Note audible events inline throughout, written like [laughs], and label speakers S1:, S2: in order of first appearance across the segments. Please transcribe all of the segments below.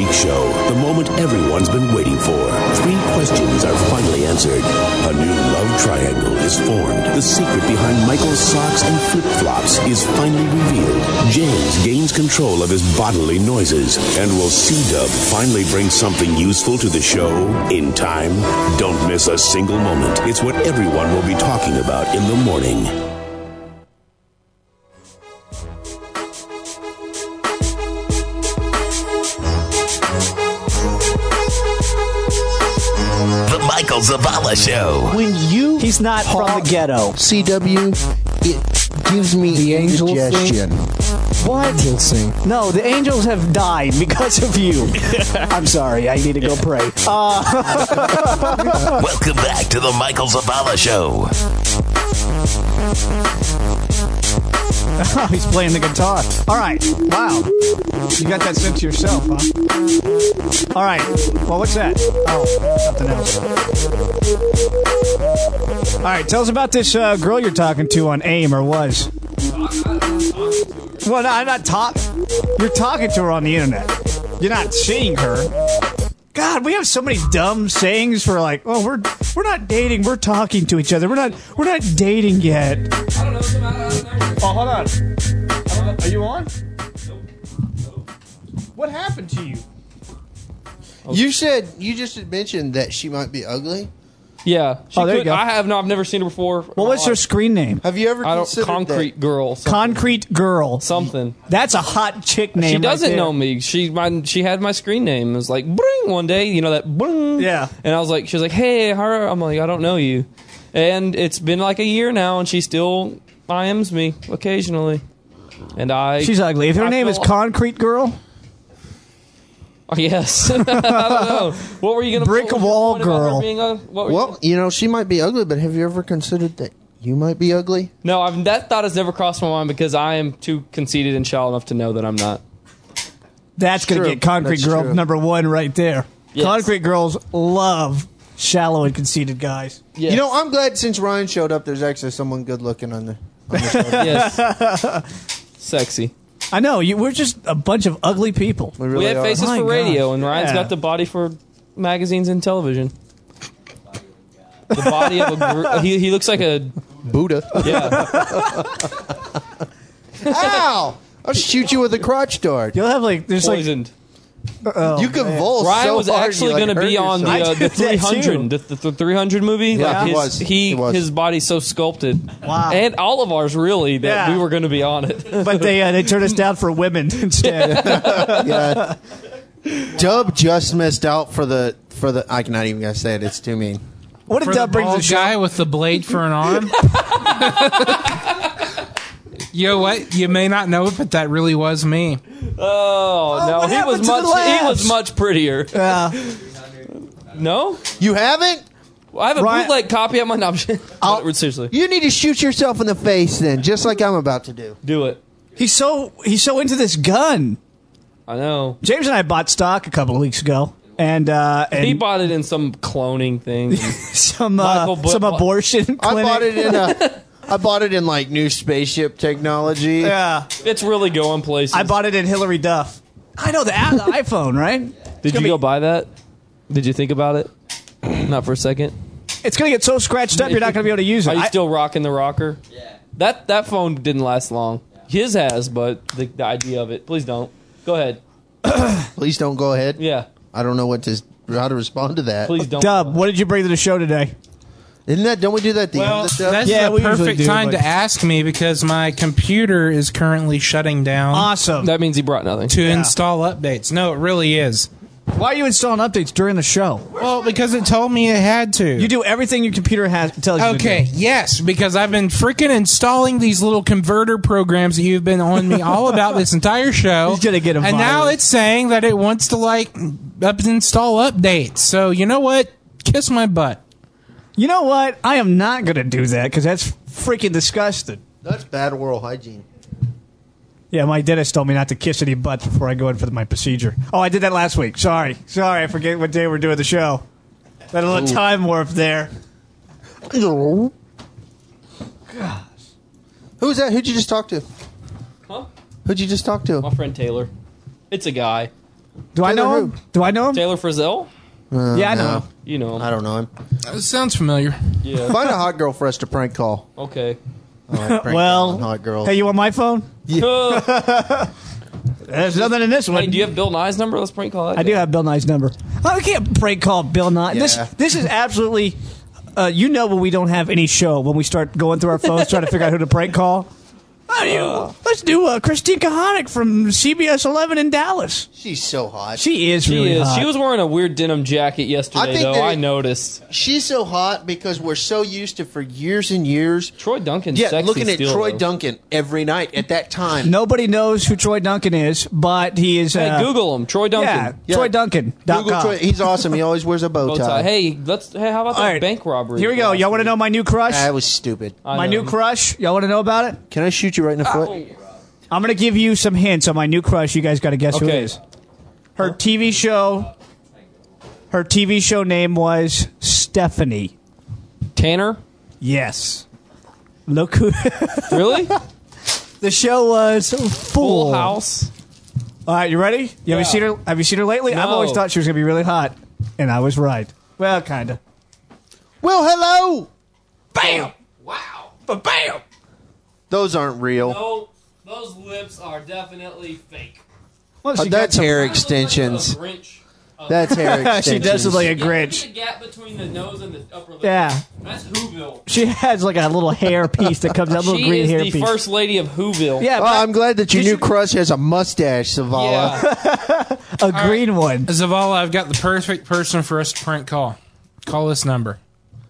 S1: The moment everyone's been waiting for. Three questions are finally answered. A new love triangle is formed. The secret behind Michael's socks and flip flops is finally revealed. James gains control of his bodily noises. And will C Dub finally bring something useful to the show in time? Don't miss a single moment. It's what everyone will be talking about in the morning.
S2: The Michael Zavala Show.
S3: When you
S4: He's not from the ghetto.
S3: CW, it gives me
S5: The angel thing?
S3: indigestion.
S4: What?
S5: Angel sing.
S4: No, the angels have died because of [laughs] you. I'm sorry. I need to go pray. Uh, [laughs]
S2: Welcome back to the Michael Zavala Show.
S4: [laughs] he's playing the guitar. All right. Wow.
S6: You got that sense yourself, huh?
S4: All right. Well, what's that? Oh, something else. All right. Tell us about this uh, girl you're talking to on AIM or was. Well, no, I'm not talk. You're talking to her on the internet. You're not seeing her. God, we have so many dumb sayings for like, oh, we're we're not dating. We're talking to each other. We're not we're not dating yet. Oh, hold on. Are you on? What happened to you?
S3: You said you just had mentioned that she might be ugly.
S7: Yeah. She
S4: Oh, there you
S7: could-
S4: go.
S7: I have not. I've never seen her before.
S4: Well, what's her screen name?
S3: Have you ever
S7: I don't.
S3: considered
S7: Concrete girl. Something.
S4: Concrete Girl.
S7: something.
S4: That's a hot chick name.
S7: She
S4: right
S7: doesn't
S4: there.
S7: know me. She my she had my screen name. It was like bring one day, you know that bring.
S4: Yeah.
S7: And I was like, she was like, hey, how are-" I'm like, I don't know you. And it's been like a year now, and she still IMs me occasionally. And I
S4: She's ugly. If her
S7: I
S4: name is
S7: feel-
S4: Concrete Girl,
S7: [laughs] yes. [laughs] I don't know. What were you gonna
S4: Brick
S7: what was your
S4: wall
S7: point about her
S4: girl.
S7: being ug-
S3: that?
S7: what were you-
S3: Well, you know, she might be ugly, but have you ever considered that you might be ugly?
S7: no, I've, that thought has never crossed my mind because I am too conceited and shallow enough to know that I'm not.
S4: that's going to
S3: True.
S4: get Concrete
S3: That's
S4: Girl
S3: true.
S4: number one right there.
S7: Yes.
S4: Concrete Girls love shallow and conceited guys.
S7: Yes.
S3: You know, I'm glad since Ryan showed up, there's actually someone good looking on the. On the show.
S7: yes.
S4: [laughs]
S7: Sexy.
S4: I know. You, we're just a bunch of ugly people.
S3: We really
S7: We had
S3: are.
S7: faces
S4: My
S7: for
S4: gosh.
S7: radio, and Ryan's
S4: Yeah.
S7: got the body for magazines and television. The body of a gr- [laughs] he, he looks like a
S3: Buddha.
S4: [laughs]
S7: yeah
S3: Ow! I'll shoot you with a crotch dart.
S4: You'll have like there's like
S7: poisoned.
S3: you convulse
S7: Ryan
S3: so
S7: was
S3: hard,
S7: actually
S3: you, like,
S7: going to be
S3: hurt
S7: on the,
S3: yourself.
S4: I
S7: uh, the
S4: did that too.
S7: 300 the, the, the 300 movie.
S3: Yeah,
S7: like
S3: he
S7: his,
S3: was.
S7: he
S3: He was.
S7: his body's so sculpted.
S4: Wow.
S7: And all of ours really that
S4: Yeah.
S7: we were going to be on
S4: [laughs]
S7: it.
S4: but they uh, they turn us down for women [laughs] instead.
S3: yeah. [laughs] Dub just missed out for the for the. I cannot even gonna say it. It's too mean.
S4: what
S8: For
S4: did
S8: the
S4: that bring to
S8: bald
S4: the show?
S8: guy with the blade for an arm. [laughs] you know what? You may not know it, but that really was me.
S7: oh, no,
S4: what
S7: he
S4: happened
S7: was
S4: to the
S7: much he was
S4: laughs?
S7: much prettier.
S4: Yeah.
S7: No?
S3: You haven't.
S7: Well, I have a
S4: Ryan-
S7: bootleg copy of my no, I'm just-
S3: I'll-
S7: seriously.
S3: You need to shoot yourself in the face then, just like I'm about to do.
S7: Do it.
S4: he's so he's so into this gun.
S7: I know.
S4: James and I bought stock a couple of weeks ago, and uh, and
S7: He bought it in some
S4: [laughs]
S7: cloning thing.
S4: some uh,
S7: Michael Bu-
S4: some abortion clinic.
S3: I bought it
S4: [laughs]
S3: in a. I bought it in like new spaceship technology.
S4: Yeah,
S7: It's really going places.
S4: I bought it in Hillary Duff. I know the, app- the [laughs] iPhone, right?
S7: Did you
S4: gonna
S7: go
S4: be-
S7: buy that? Did you think about it? Not for a second.
S4: It's gonna get so scratched up, you're not gonna be able to use it.
S7: Are you
S4: I-
S7: still rocking the rocker? Yeah. That that phone didn't last long. His has, but the, the idea of it. Please don't. Go ahead.
S3: Please don't go ahead.
S7: Yeah.
S3: I don't know what to how to respond to that.
S7: Please don't.
S4: Dub, what did you bring to the show today?
S3: Isn't that? Don't we do that at the end
S8: Well,
S3: of the show?
S8: that's
S4: Yeah,
S8: the
S4: we usually
S8: perfect
S4: do,
S8: time
S4: but-
S8: to ask me because my computer is currently shutting down
S4: Awesome.
S7: That means he brought nothing.
S8: to install updates. No, it really is.
S4: Why are you installing updates during the show?
S8: Well, because it told me it had to.
S4: You do everything your computer has tells you. to do.
S8: Okay, [laughs] yes, because I've been freaking installing these little converter programs that you've been on me all about this entire show.
S4: He's gonna get 'em
S8: And now
S4: fired.
S8: it's saying that it wants to like up install updates. So you know what? Kiss my butt.
S4: You know what? I am not gonna do that because that's freaking disgusting.
S3: That's bad oral hygiene.
S4: Yeah, my dentist told me not to kiss any butts before I go in for my procedure. Oh, I did that last week. Sorry, sorry, I forget what day we're doing the show. That a little time warp there.
S3: Who was that? Who'd you just talk to?
S7: Huh?
S3: Who'd you just talk to?
S7: My friend Taylor. It's a guy.
S4: Do I know him? Do I know him?
S7: Taylor Frizzell?
S4: yeah, I know. him.
S7: You know him.
S3: I don't know him.
S8: That sounds familiar.
S7: Yeah.
S3: Find a hot girl for us to
S4: [laughs]
S3: prank call.
S7: Okay.
S3: I like prank
S4: Well,
S3: calling hot girl.
S4: Hey, you want my phone?
S7: Uh,
S4: There's nothing in this one.
S7: hey, do you have Bill Nye's number? Let's prank call that.
S4: I do
S7: guy.
S4: have Bill Nye's number. I can't prank call Bill Nye. This
S3: Yeah.
S4: this is absolutely. Uh, you know when we don't have any show when we start going through our phones trying to figure out who to prank [laughs] call. Oh, you, let's do uh, Christine Kahanick from CBS 11 in Dallas.
S3: She's so hot.
S4: She is
S7: She
S4: really
S7: is.
S4: hot.
S7: She was wearing a weird denim jacket yesterday,
S3: I think
S7: though.
S3: that
S7: I
S3: it-
S7: noticed.
S3: She's so hot because we're so used to for years and years.
S7: Troy Duncan's
S3: Yeah,
S7: sexy
S3: looking at
S7: still,
S3: Troy
S7: though.
S3: Duncan every night at that time.
S4: Nobody knows who Troy Duncan is, but he is.
S7: Hey,
S4: uh,
S7: Google him. Troy Duncan.
S4: Yeah,
S3: Yeah.
S4: Troy Duncan.
S3: Google Troy. He's awesome. He always wears a bow
S7: Bow
S3: tie.
S7: tie. Hey, let's. Hey, how about that
S4: All right.
S7: bank robbery?
S4: Here we go. Y'all want to know my new crush?
S3: that was stupid.
S7: I
S4: my
S7: know.
S4: new crush. Y'all want to know about it?
S3: Can I shoot you right in the foot?
S4: I'm gonna give you some hints on my new crush. You guys got to guess who
S7: Okay.
S4: it is. Her TV show. Her TV show name was Stephanie.
S7: Tanner.
S4: Yes. Look who [laughs]
S7: Really?
S4: the show was. Full,
S7: Full House.
S4: All right, you ready? You
S7: Yeah.
S4: Have you seen her? Have you seen her lately? I've
S7: No.
S4: always thought she was gonna be really hot, and I was right. Well, kinda.
S3: Well, hello.
S4: Bam.
S7: Wow. But bam.
S3: Those aren't real.
S7: No, those lips are definitely fake.
S4: Well,
S3: Uh,
S4: she
S3: that's
S4: got
S7: [laughs]
S3: hair extensions.
S7: Grinch. [laughs]
S3: That's hair
S4: some-
S3: extensions.
S4: she does look like a Grinch.
S7: gap between the nose and the upper lip.
S4: Yeah.
S7: That's Whoville.
S4: She has like a little hair piece that comes out, a little
S7: [laughs] She
S4: green
S7: is
S4: hair
S7: the
S4: piece.
S7: first lady of Whoville.
S4: yeah,
S3: Oh,
S4: but
S3: I'm glad that your
S4: Did
S3: new
S4: you-
S3: crush has a mustache, Savala.
S7: Yeah.
S4: a green one.
S8: Zavala, I've got the perfect person for us to prank call. Call this [laughs] number.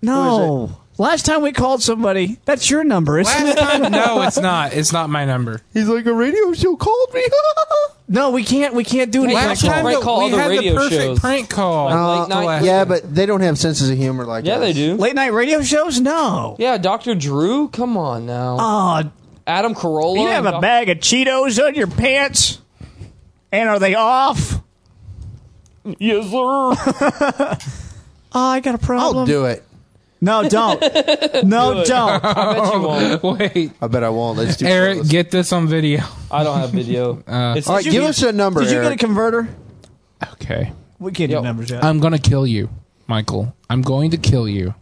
S4: No. Last time we called somebody, that's your number, isn't
S8: Last
S4: it?
S8: time, no, it's not. It's not my number.
S3: He's like a radio show called me. [laughs]
S4: No, we can't. We can't do it.
S7: Hey,
S4: Last
S8: Last
S7: call.
S8: time
S7: Prank
S8: that
S7: call
S8: we
S7: other
S8: had the
S7: radio
S8: perfect
S7: shows.
S8: prank call.
S7: Like late
S8: the
S7: night
S8: last-
S7: radio.
S3: yeah, but they don't have senses of humor like
S7: yeah,
S3: us.
S7: they do.
S4: late night radio shows? No.
S7: Yeah, Dr. Drew. Come on now.
S4: Oh,
S7: Adam Carolla.
S4: you have a
S7: Doc-
S4: bag of Cheetos on your pants, and are they off?
S7: Yes,
S4: [laughs]
S7: sir.
S4: Oh, I got a problem.
S3: I'll do it.
S4: No, don't. [laughs] no,
S3: [laughs]
S4: don't.
S7: I bet you won't.
S8: Wait,
S3: I bet I won't. Let's do
S8: Eric,
S3: shirtless.
S8: get this on video.
S7: I don't
S3: [laughs]
S7: have video. it's
S3: Uh, All right,
S7: you-
S3: give us a number.
S4: Did you get a
S3: Eric.
S4: converter?
S8: Okay.
S4: We can't
S7: Yo.
S4: do numbers
S3: Um,
S4: yet.
S8: I'm going to kill you, Michael. I'm going to kill you.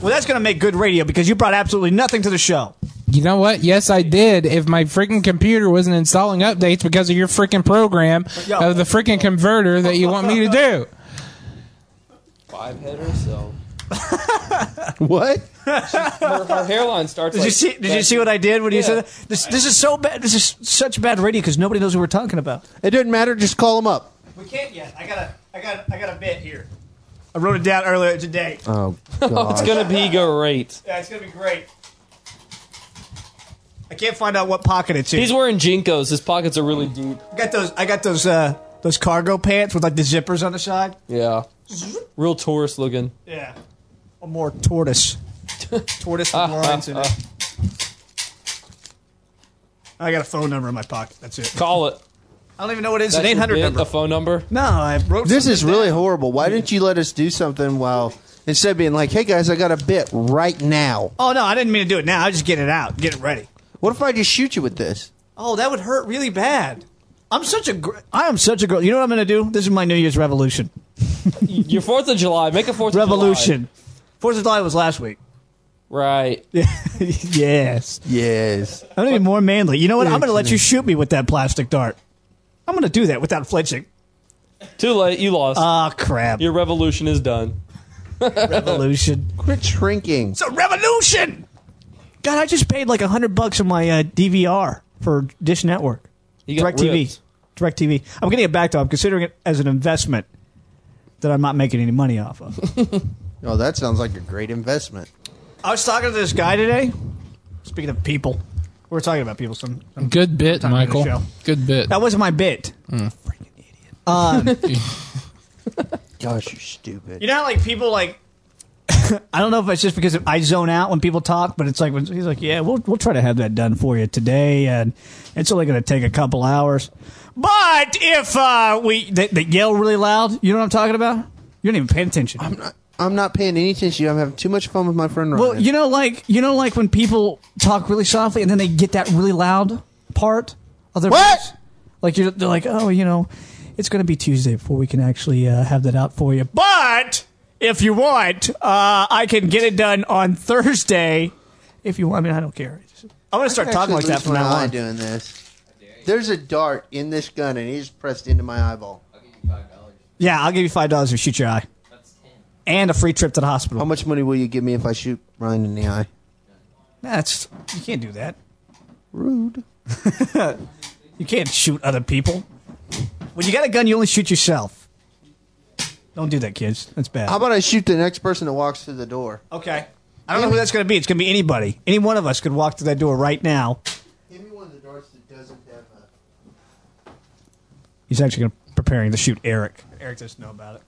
S4: well, that's gonna make good radio because you brought absolutely nothing to the show.
S8: You know what? Yes, I did. If my freaking computer wasn't installing updates because of your freaking program
S4: Yo.
S8: of the freaking converter that you want me to do.
S7: five header, so.
S3: [laughs] what?
S7: Her, her hairline starts.
S4: Did you see? Did you see what I did when you
S7: Yeah.
S4: said that? This, this is so bad. This is such bad radio because nobody knows what we're talking about.
S3: It doesn't matter. Just call him up.
S4: We can't yet. I got a, I got, a, I got a bit here. I wrote it down earlier today.
S3: Oh,
S7: [laughs] Oh, it's
S3: God.
S7: gonna be great.
S4: Yeah, it's gonna be great. I can't find out what pocket it's in.
S7: He's wearing jinkos. His pockets are really deep.
S4: I got those. I got those. Uh, those cargo pants with like the zippers on the side.
S7: Yeah, real tourist looking.
S4: Yeah. Or more tortoise. tortoise with lines in it. I got a phone number in my pocket. That's it.
S7: Call it.
S4: I don't even know what it is.
S7: That's
S4: an eight hundred
S7: your bit,
S4: number.
S7: The phone number.
S4: no, I wrote.
S3: This is
S4: something down.
S3: really horrible. Why didn't you let us do something while instead of being like, "Hey guys, I got a bit right now."
S4: Oh no, I didn't mean to do it now. I was just getting it out, get it ready.
S3: What if I just shoot you with this?
S4: Oh, that would hurt really bad. I'm such a gr- I am such a girl. You know what I'm going to do? This is my New Year's revolution.
S7: Your Fourth of July. Make a Fourth of July.
S4: Revolution. Fourth of July was last week.
S7: Right.
S4: [laughs] yes.
S3: Yes.
S4: I'm going to be more manly. You know what? I'm going to let you shoot me with that plastic dart. I'm going to do that without flinching.
S7: Too late. You lost.
S3: Uh,
S4: Ah, crap.
S7: Your revolution is done.
S4: revolution.
S3: Quit shrinking.
S4: It's a revolution. God, I just paid like a hundred bucks on my uh, DVR for Dish Network.
S7: You got
S4: Direct TV.
S7: ripped.
S4: Direct TV. I'm getting it back though. I'm considering it as an investment that I'm not making any money off of.
S3: Oh, that sounds like a great investment.
S4: [laughs] I was talking to this guy today. Speaking of people, we were talking about people. Some, some
S8: Good bit,
S4: Time to
S8: Michael.
S4: show.
S8: Good bit.
S4: that wasn't my bit. Um,
S3: Gosh, you're stupid.
S4: [laughs] You know, how, like people like. [laughs] I don't know if it's just because I zone out when people talk, but it's like when he's like, "Yeah, we'll we'll try to have that done for you today, and it's only going to take a couple hours." But if uh, we they, they yell really loud, you know what I'm talking about? You don't even pay attention.
S3: I'm not paying any attention to you. I'm having too much fun with my friend Ryan.
S4: Well, you know, like you know, like when people talk really softly and then they get that really loud part. Other
S3: What?
S4: voice. Like you're, they're like, oh, you know, it's going to be Tuesday before we can actually uh, have that out for you. But if you want, uh, I can get it done on Thursday. If you want, I mean, I don't care. I'm going to start talking like that from now on.
S3: doing this. There's a dart in this gun, and it's pressed into my eyeball.
S4: Yeah, I'll give you five dollars to shoot your eye, and a free trip to the hospital.
S3: How much money will you give me if I shoot Ryan in the eye?
S4: That's you can't do that.
S3: Rude.
S4: [laughs] You can't shoot other people. When you got a gun, you only shoot yourself. Don't do that, kids. That's bad.
S3: How about I shoot the next person that walks through the door?
S4: okay. I don't know who that's going to be. It's going to be anybody. Any one of us could walk through that door right now.
S3: Give me one of the darts that doesn't have a.
S4: He's actually gonna, preparing to shoot Eric. Eric doesn't know about it.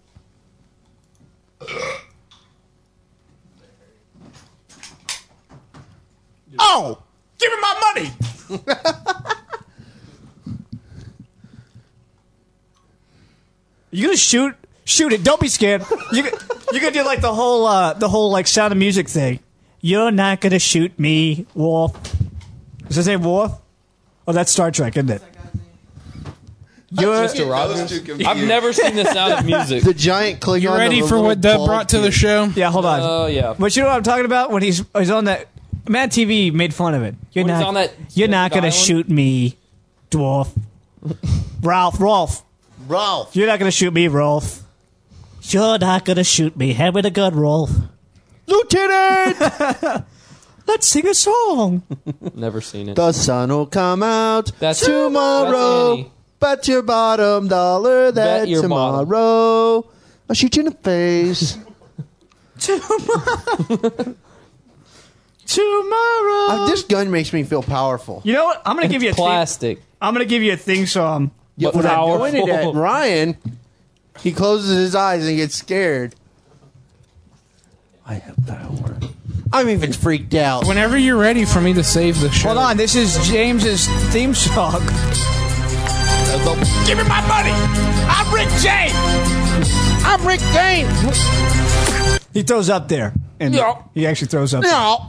S4: oh! Give me my money! [laughs] you gonna shoot? Shoot it! Don't be scared. You you gonna do like the whole uh, the whole like Sound of Music thing? You're not gonna shoot me, Wolf. Does it say Wolf? Oh, that's Star Trek, isn't it? You're,
S5: Mr. Rogers.
S7: I've never seen the sound
S3: [laughs]
S7: of music.
S3: The giant Klingon.
S8: You ready
S3: of a
S8: for
S3: little
S8: what Dub
S3: bald
S8: brought to the
S3: kid.
S8: show?
S4: Yeah, hold on.
S7: Oh yeah.
S4: But you know what I'm talking about when he's he's on that Mad TV made fun of it. You're
S7: When
S4: not
S7: he's on that-
S4: you're not
S7: that
S4: gonna
S7: island?
S4: shoot me,
S7: [laughs]
S4: dwarf. Ralph, Rolf,
S3: Ralph.
S4: you're not gonna shoot me, Rolf. You're not gonna shoot me. Hand me the gun, Rolf.
S3: Lieutenant!
S4: Let's sing a
S7: [laughs]
S4: song.
S7: Never seen
S3: [laughs]
S7: it.
S3: the sun will come out
S7: That's-
S3: tomorrow.
S7: that's Annie.
S3: bet your bottom dollar that
S7: your
S3: tomorrow
S7: bottom.
S3: I'll shoot you in the face. [laughs]
S4: [laughs] Tomorrow.
S3: Uh, this gun makes me feel powerful.
S4: You know what? I'm gonna give you a theme,
S7: Plastic.
S4: I'm gonna give you a thing song.
S7: But
S3: When I pointed at
S7: powerful.
S3: Ryan, he closes his eyes and gets scared. I have power. I'm even freaked out.
S8: Whenever you're ready for me to save the show.
S4: Hold on, this is James's theme song. Give me my money. I'm Rick James.
S3: I'm Rick James.
S4: He throws up there, and
S8: Yeah.
S4: he actually throws up.
S8: No.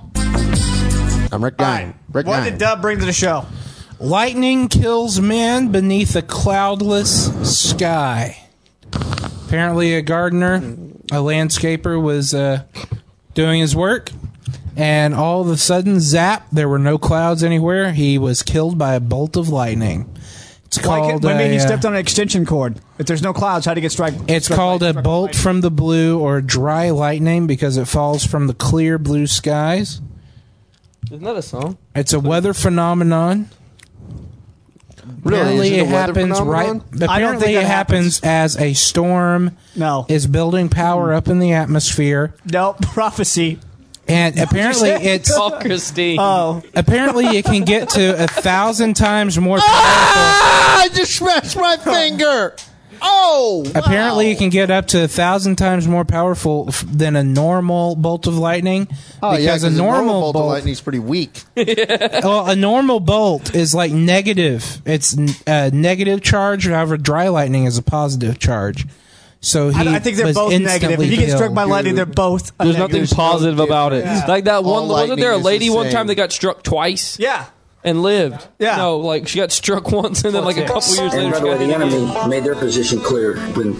S3: I'm Rick
S4: All right.
S3: Dine. Rick
S4: what
S3: Dine.
S4: did Dub bring to the show?
S8: Lightning kills man beneath a cloudless sky. Apparently, a gardener, a landscaper, was uh, doing his work, and all of a sudden, zap! There were no clouds anywhere. He was killed by a bolt of lightning. It's called.
S4: I mean,
S8: a,
S4: he
S8: uh,
S4: stepped on an extension cord. If there's no clouds, how do you get strike?
S8: It's
S4: struck
S8: called
S4: by-
S8: a bolt from the blue or dry lightning because it falls from the clear blue skies.
S7: [laughs] Isn't that
S3: [laughs]
S7: a song?
S8: It's a weather phenomenon.
S3: Is
S8: Apparently,
S3: it a
S8: it
S3: weather
S8: happens right.
S3: phenomenon?
S8: Apparently,
S4: I don't think
S8: it
S4: that
S8: happens as a storm
S4: No,
S8: is building power up in the atmosphere,
S4: no [laughs] prophecy.
S8: and apparently, it's
S4: [laughs]
S8: [laughs]
S7: Paul Christine.
S3: Uh,
S4: Oh,
S8: apparently it can get to a thousand times more.
S4: [laughs] Oh,
S8: powerful.
S3: Ah, I just smashed my finger. Oh! wow.
S8: Apparently, it can get up to a thousand times more powerful f- than a normal bolt of lightning.
S3: Oh, yeah,
S8: because a normal
S3: bolt of
S8: bolt
S3: lightning's pretty weak.
S8: Well, a normal bolt is like negative. It's n- a negative charge. However, dry lightning is a positive charge. So he
S4: I, I think they're
S8: was
S4: both negative.
S8: instantly
S4: If you get struck
S8: killed.
S4: by lightning, they're both. a
S7: There's
S4: negative.
S7: nothing positive
S3: no
S7: about it.
S3: difference.
S7: Like that one.
S3: All
S7: Wasn't there a
S3: lightning is the
S7: lady one
S3: same.
S7: time that got struck twice
S4: Yeah,
S7: and lived?
S4: Yeah.
S7: No, like she got struck [laughs] once and then like a couple years later.
S9: And by
S7: She
S9: the way,
S7: got
S9: the
S7: hit.
S9: enemy made their position clear when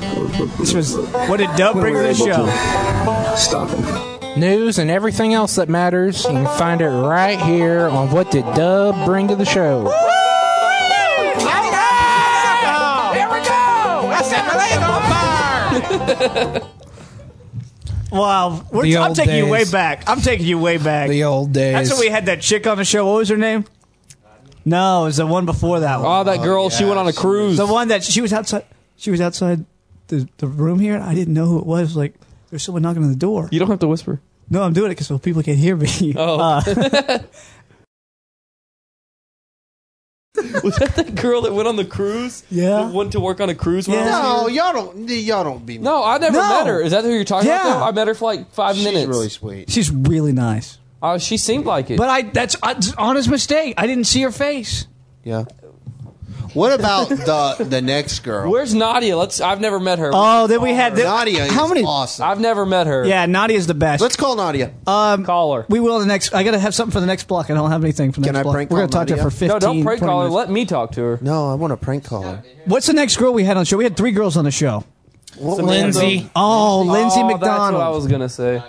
S4: this was. What did Dub
S9: when
S4: bring
S9: we
S4: to
S9: were
S4: the
S9: able
S4: show?
S9: to stop them.
S8: news and everything else that matters. You can find it right here on What Did Dub Bring to the Show.
S4: Wow, we're,
S8: The
S4: I'm
S8: old
S4: taking you way
S8: days.
S4: back. I'm taking you way back.
S8: The old days.
S4: That's when we had that chick on the show. What was her name? No, it was the one before that one.
S7: Oh, that girl. she went on a cruise.
S4: The one that she was outside. She was outside the, the room here. I didn't know who it was. Like, there's someone knocking on the door.
S7: you don't have to whisper.
S4: No, I'm doing it because people can hear me.
S7: Oh. [laughs] Was that that girl that went on the cruise?
S4: Yeah.
S7: That went to work on a cruise. When I
S4: Yeah.
S7: was
S3: No,
S7: here?
S3: y'all don't. Y'all don't beat me.
S7: No, I never
S4: No.
S7: met her. Is that who you're talking
S4: Yeah.
S7: about? though? I met her for like five
S3: she's
S7: minutes.
S3: really
S4: [laughs]
S3: sweet.
S4: She's really nice.
S7: Uh, she seemed like it.
S4: But I that's I, honest mistake. I didn't see her face.
S3: Yeah. What about the the next girl?
S7: Where's Nadia? Let's. I've never met her.
S4: Oh, then we had the,
S3: Nadia is
S4: How many?
S3: awesome.
S7: I've never met her.
S4: Yeah, Nadia's the best.
S3: Let's call Nadia.
S4: um,
S7: Call her.
S4: We will the next. I gotta have something for the next block. I don't have anything for the
S3: Can
S4: next
S3: I
S4: block.
S3: prank
S4: We're gonna
S3: call
S4: talk to her for
S3: Nadia?
S4: fifteen.
S7: no, don't prank
S4: 20
S7: call her.
S4: minutes.
S7: Let me talk to her.
S3: no, I want a prank caller.
S4: What's the next girl we had on the show? We had three girls on the show.
S3: What
S8: Lindsay.
S4: Oh, Lindsay
S7: Oh, That's what I
S4: McDonald.
S7: was gonna say.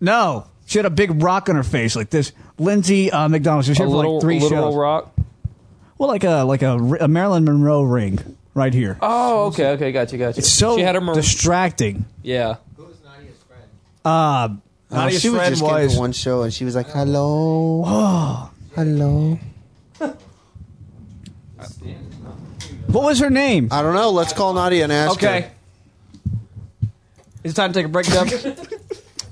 S4: no, she had a big rock on her face like this. Lindsay uh, McDonald. She was
S7: A
S4: here for
S7: little,
S4: like three
S7: little
S4: shows.
S7: rock.
S4: Well, like a like a, ri- a Marilyn Monroe ring right here.
S7: Oh, okay, okay, gotcha, gotcha.
S4: It's so
S7: she had her mar-
S4: distracting.
S7: yeah.
S4: Uh,
S3: Oh,
S4: Nadia's
S3: she was
S4: friend
S3: just
S4: was-
S3: came to one show and she was like, "Hello, hello."
S4: what was her name?
S3: I don't know. Let's call Nadia and ask her.
S7: Okay.
S4: It's time to take a break. Dub.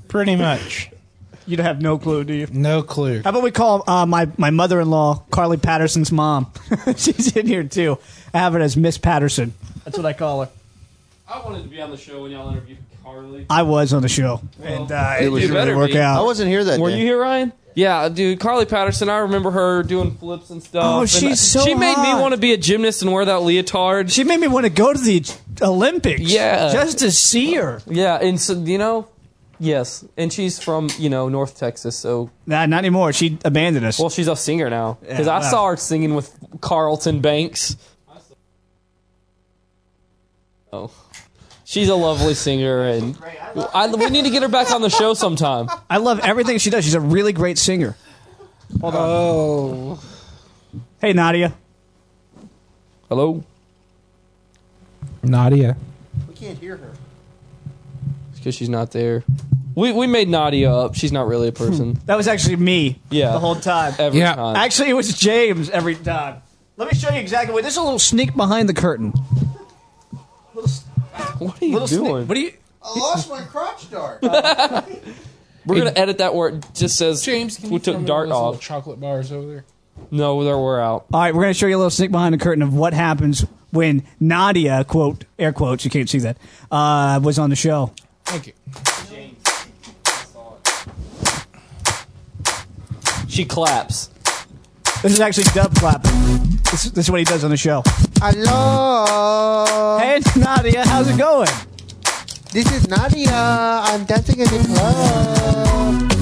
S8: Pretty much.
S4: You'd have no clue, do you?
S8: No clue.
S4: How about we call uh, my my mother in law Carly Patterson's mom? [laughs] She's in here too. I have it as Miss Patterson. That's what I call her.
S7: [laughs] I wanted to be on the show when y'all interviewed Carly.
S4: I was on the show, and uh, it,
S3: was-
S4: didn't really
S3: You
S7: better
S4: work
S7: be.
S3: I
S4: out.
S3: wasn't here that
S7: Were
S3: day.
S7: you here, Ryan? Yeah, dude, Carly Patterson. I remember her doing flips and stuff.
S4: Oh,
S7: and
S4: she's so
S7: She made me
S4: hot.
S7: want to be a gymnast and wear that leotard.
S4: She made me want to go to the Olympics,
S7: Yeah.
S4: just to see her.
S7: yeah, and so you know, yes, and she's from you know North Texas, so
S4: Nah, not anymore. She abandoned us.
S7: well, she's a singer now because
S4: Yeah,
S7: I
S4: wow.
S7: saw her singing with Carlton Banks. Oh, she's a lovely singer, and I, we need to get her back on the show sometime.
S4: I love everything she does. She's a really great singer.
S8: Oh.
S4: Hey, Nadia.
S7: Hello,
S8: Nadia.
S3: We can't hear her.
S7: because she's not there. We we made Nadia up. She's not really a person.
S4: That was actually me.
S7: Yeah. Uh,
S4: the whole time.
S7: Every
S8: Hmm. Yeah.
S7: time.
S4: Actually, it was James every time. Let me show you exactly. Wait, there's a little sneak behind the curtain.
S7: What are you
S4: Little sneak-
S7: doing?
S4: What do you?
S3: I lost my crotch dart.
S7: We're gonna edit that word. It just says
S8: James, can
S7: we
S8: you throw
S7: took
S8: me
S7: dart
S8: those little
S7: off.
S8: chocolate bars over there?
S7: No, there we're out.
S4: All right, we're going to show you a little sneak behind the curtain of what happens when Nadia, quote, air quotes, you can't see that, uh, was on the show.
S8: Thank you.
S7: She claps.
S4: This is actually dub clapping. This, this is what he does on the show.
S7: Oh.
S3: Hello.
S4: Hey, Nadia, how's it going?
S3: This is Nadia. I'm dancing in the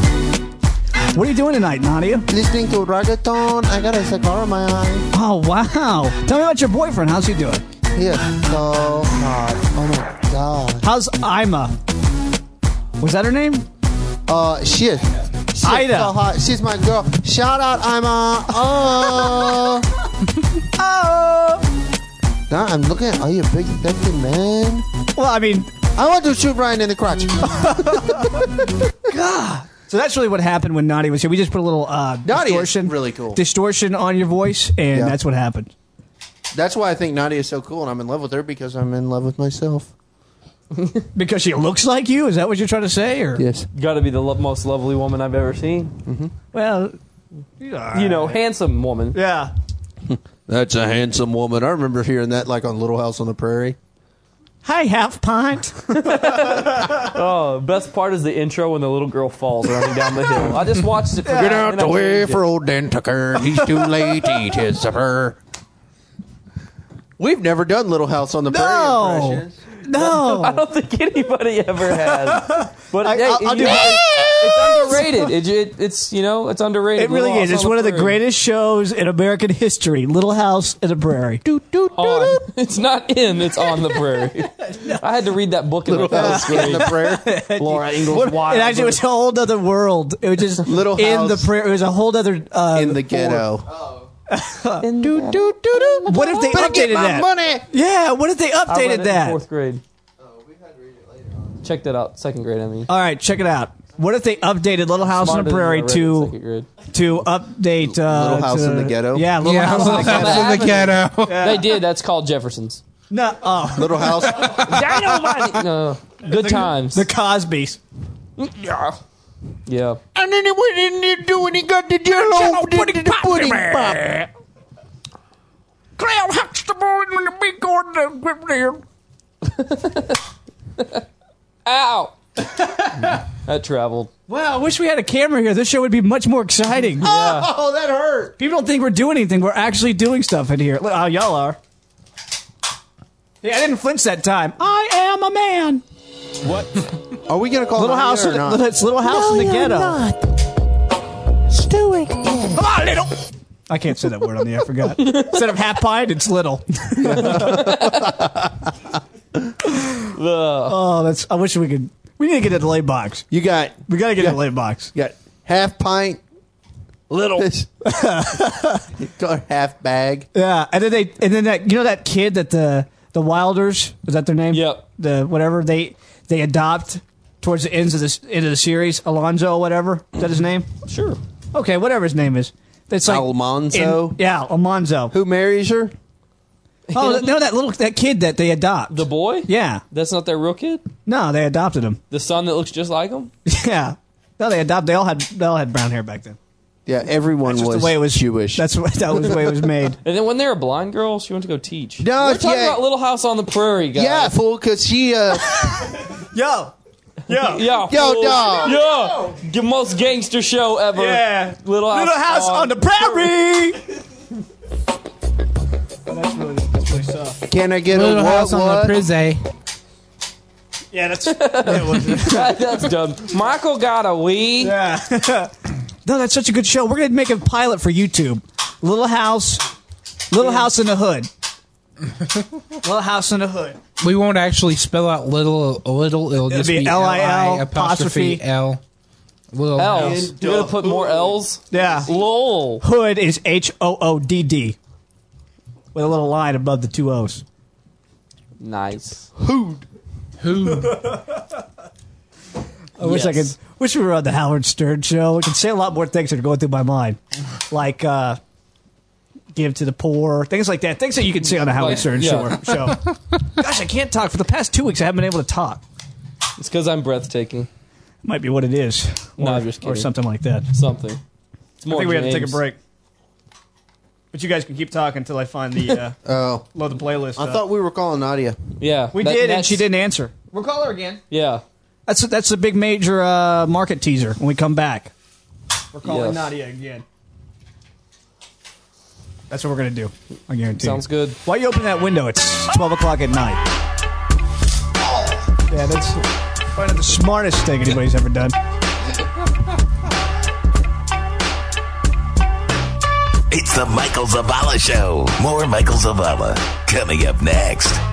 S3: club,
S4: What are you doing tonight, Nadia?
S3: listening to reggaeton. I got a cigar in my eye.
S4: Oh, wow. Tell me about your boyfriend. How's he doing?
S3: He is so hot. Oh my god.
S4: How's Ima? Was that her name?
S3: Uh, shit. She's
S4: Ida.
S3: so hot. She's my girl. Shout out, Ima. [laughs] Oh.
S4: Oh!
S3: now I'm looking. At, are you a big, sexy man?
S4: Well, I mean,
S3: I want to shoot Ryan in the crotch.
S4: so that's really what happened when Nadia was here. We just put a little uh,
S3: Nadia is
S4: distortion.
S3: really cool.
S4: Distortion on your voice, and
S3: Yeah.
S4: that's what happened.
S3: [laughs] That's why I think Nadia is so cool, and I'm in love with her because I'm in love with myself.
S4: Because she looks like you? Is that what you're trying to say? Or?
S5: [laughs]
S3: Yes.
S7: Got to be the lo- most lovely woman I've ever seen.
S4: Well,
S7: You know, handsome woman.
S4: yeah.
S3: That's a handsome woman. I remember hearing that like on Little House on the Prairie.
S4: Hi, half pint.
S7: Oh, best part is the intro when the little girl falls running down the hill. I just watched
S4: [laughs]
S7: it. For
S5: Get out
S7: and I
S5: the way
S7: changed it.
S5: for old Dan Tucker. He's too late to eat his supper.
S3: We've never done Little House on the Prairie
S4: No.
S3: impressions.
S7: I
S4: [laughs] No.
S7: don't think anybody ever has.
S4: [laughs]
S7: But hey,
S4: I'll- I'll do
S7: you know,
S4: mine. [laughs]
S7: it's underrated. It, it, it's you know, it's underrated.
S4: It really
S7: Little
S4: is.
S7: House
S4: It's
S7: on
S4: one of the
S7: Prairie.
S4: greatest shows in American history. Little House in the Prairie.
S7: On. [laughs] It's not in. It's on
S4: [laughs]
S7: the prairie. I had to read that book in the
S3: House on the
S7: grade.
S3: Prairie.
S7: Laura Ingalls Wilder.
S4: It actually was a whole other world. It was just
S3: Little
S4: in
S3: House.
S4: the prairie. It was a whole other uh,
S3: in the
S4: form.
S3: ghetto.
S4: What if they
S3: Better get
S4: updated
S3: my
S4: that?
S3: money.
S4: Yeah. What if they
S7: I read it
S4: updated
S7: in
S4: that?
S7: fourth grade. Check that out. Second grade, I mean.
S4: All right, check it out. What if they updated Little House on
S7: Smarter
S4: the
S7: than I
S4: Prairie
S7: read it in second
S4: to
S7: grade.
S4: to update uh,
S3: Little House
S4: to-
S3: in the Ghetto?
S4: Yeah, Little
S8: yeah,
S4: House. in
S8: Little
S4: the Ghetto.
S8: House in the Ghetto.
S7: They did. That's called Jefferson's.
S4: No, oh,
S3: Little House.
S7: Dynamite. No, good times.
S4: the Cosby's.
S7: yeah.
S5: And then he went in there doing he got the jello pudding pop. Pudding pop. Clown Huxtable and the big going to
S4: [laughs]
S7: Ow. That traveled.
S4: Wow, I wish we had a camera here. This show would be much more exciting.
S3: Oh, that hurt.
S4: People don't think we're doing anything. We're actually doing stuff in here. Look, Oh, y'all are. Yeah, I didn't flinch that time. I am a man.
S3: Are we gonna call
S4: Little
S3: it
S4: house,
S3: or
S4: in,
S3: not?
S4: it's little house in the ghetto. Come on, little. I can't say that word on the air. I forgot. Instead of half pint, it's little. [laughs] oh, that's. I wish we could. We need to get a delay box.
S3: You got
S4: We gotta get
S3: Yeah.
S4: a delay box.
S3: you got half pint,
S7: Little.
S3: got half bag.
S4: Yeah, and then they and then that you know that kid that the the Wilders is that their name?
S7: Yep.
S4: The whatever they they adopt towards the ends of this end of the series, Alonzo, whatever is that his name?
S7: Sure.
S4: Okay, whatever his name is. That's like
S3: Almanzo?
S4: in- yeah, Alonzo.
S3: Who marries her?
S4: Oh no, that little that kid that they adopt.
S7: The boy?
S4: yeah,
S7: That's not their real kid?
S4: no, they adopted him. [laughs]
S7: The son that looks just like him?
S4: Yeah, no, they adopt. They all had they all had brown hair back then.
S3: Yeah, everyone
S4: That's
S3: was
S4: the way it was
S3: Jewish.
S4: That's what that was the way it was made.
S7: And then when they were a blind girl, she went to go teach.
S3: No,
S7: We're talking
S3: yeah.
S7: about Little House on the Prairie, guys.
S3: yeah, fool, because she, uh,
S4: [laughs] Yo, [laughs] yo,
S7: Yeah.
S3: Yo,
S7: fool.
S3: dog.
S7: Yeah. The most gangster show ever.
S4: Yeah.
S7: Little House,
S4: Little House on the Prairie. that's really that's really tough.
S3: can I get
S8: Little
S3: a
S8: house
S3: what,
S8: on the
S3: what?
S8: prison.
S4: [laughs] Yeah, that's that was
S7: [laughs] That's dumb. Michael got a
S4: [laughs]
S7: wee.
S4: yeah. [laughs] no, that's such a good show. We're gonna make a pilot for YouTube. Little House, Little House in the Hood. [laughs] Little House in the Hood.
S8: We won't actually spell out little little. It'll just
S4: be
S8: be L I
S4: L.I.L.
S8: L apostrophe L. Little house.
S7: L's. You gonna put more L's?
S4: Yeah.
S7: Lol.
S4: Hood is H O O D D, with a little line above the two O's.
S7: Nice.
S4: [laughs]
S8: Who?
S4: I wish I could.
S7: Yes.
S4: Wish we were on the Howard Stern show. We could say a lot more things that are going through my mind, like uh, give to the poor, things like that. Things that you can say on the Howard
S7: Like-
S4: Stern show.
S7: yeah.
S4: show. Gosh, I can't talk. For the past two weeks, I haven't been able to talk.
S7: It's because I'm breathtaking.
S4: Might be what it is, or,
S7: No, I'm just
S4: or
S7: kidding.
S4: something like that.
S7: Something. It's more James.
S4: But you guys can keep talking until I find the uh,
S7: [laughs]
S3: Oh,
S4: load the playlist.
S3: I thought we were calling Nadia.
S7: Yeah.
S4: we
S7: that-
S4: did, and she
S7: that's-
S4: didn't answer.
S5: We'll call her again.
S7: Yeah.
S4: That's that's a big major uh, market teaser when we come back. We're
S7: Yes.
S4: again. That's what we're gonna do. I guarantee.
S7: Sounds good.
S4: Why you open that window? It's twelve o'clock at night. Yeah, that's probably the smartest thing anybody's ever done.
S2: It's the Michael Zavala Show. More Michael Zavala coming up next.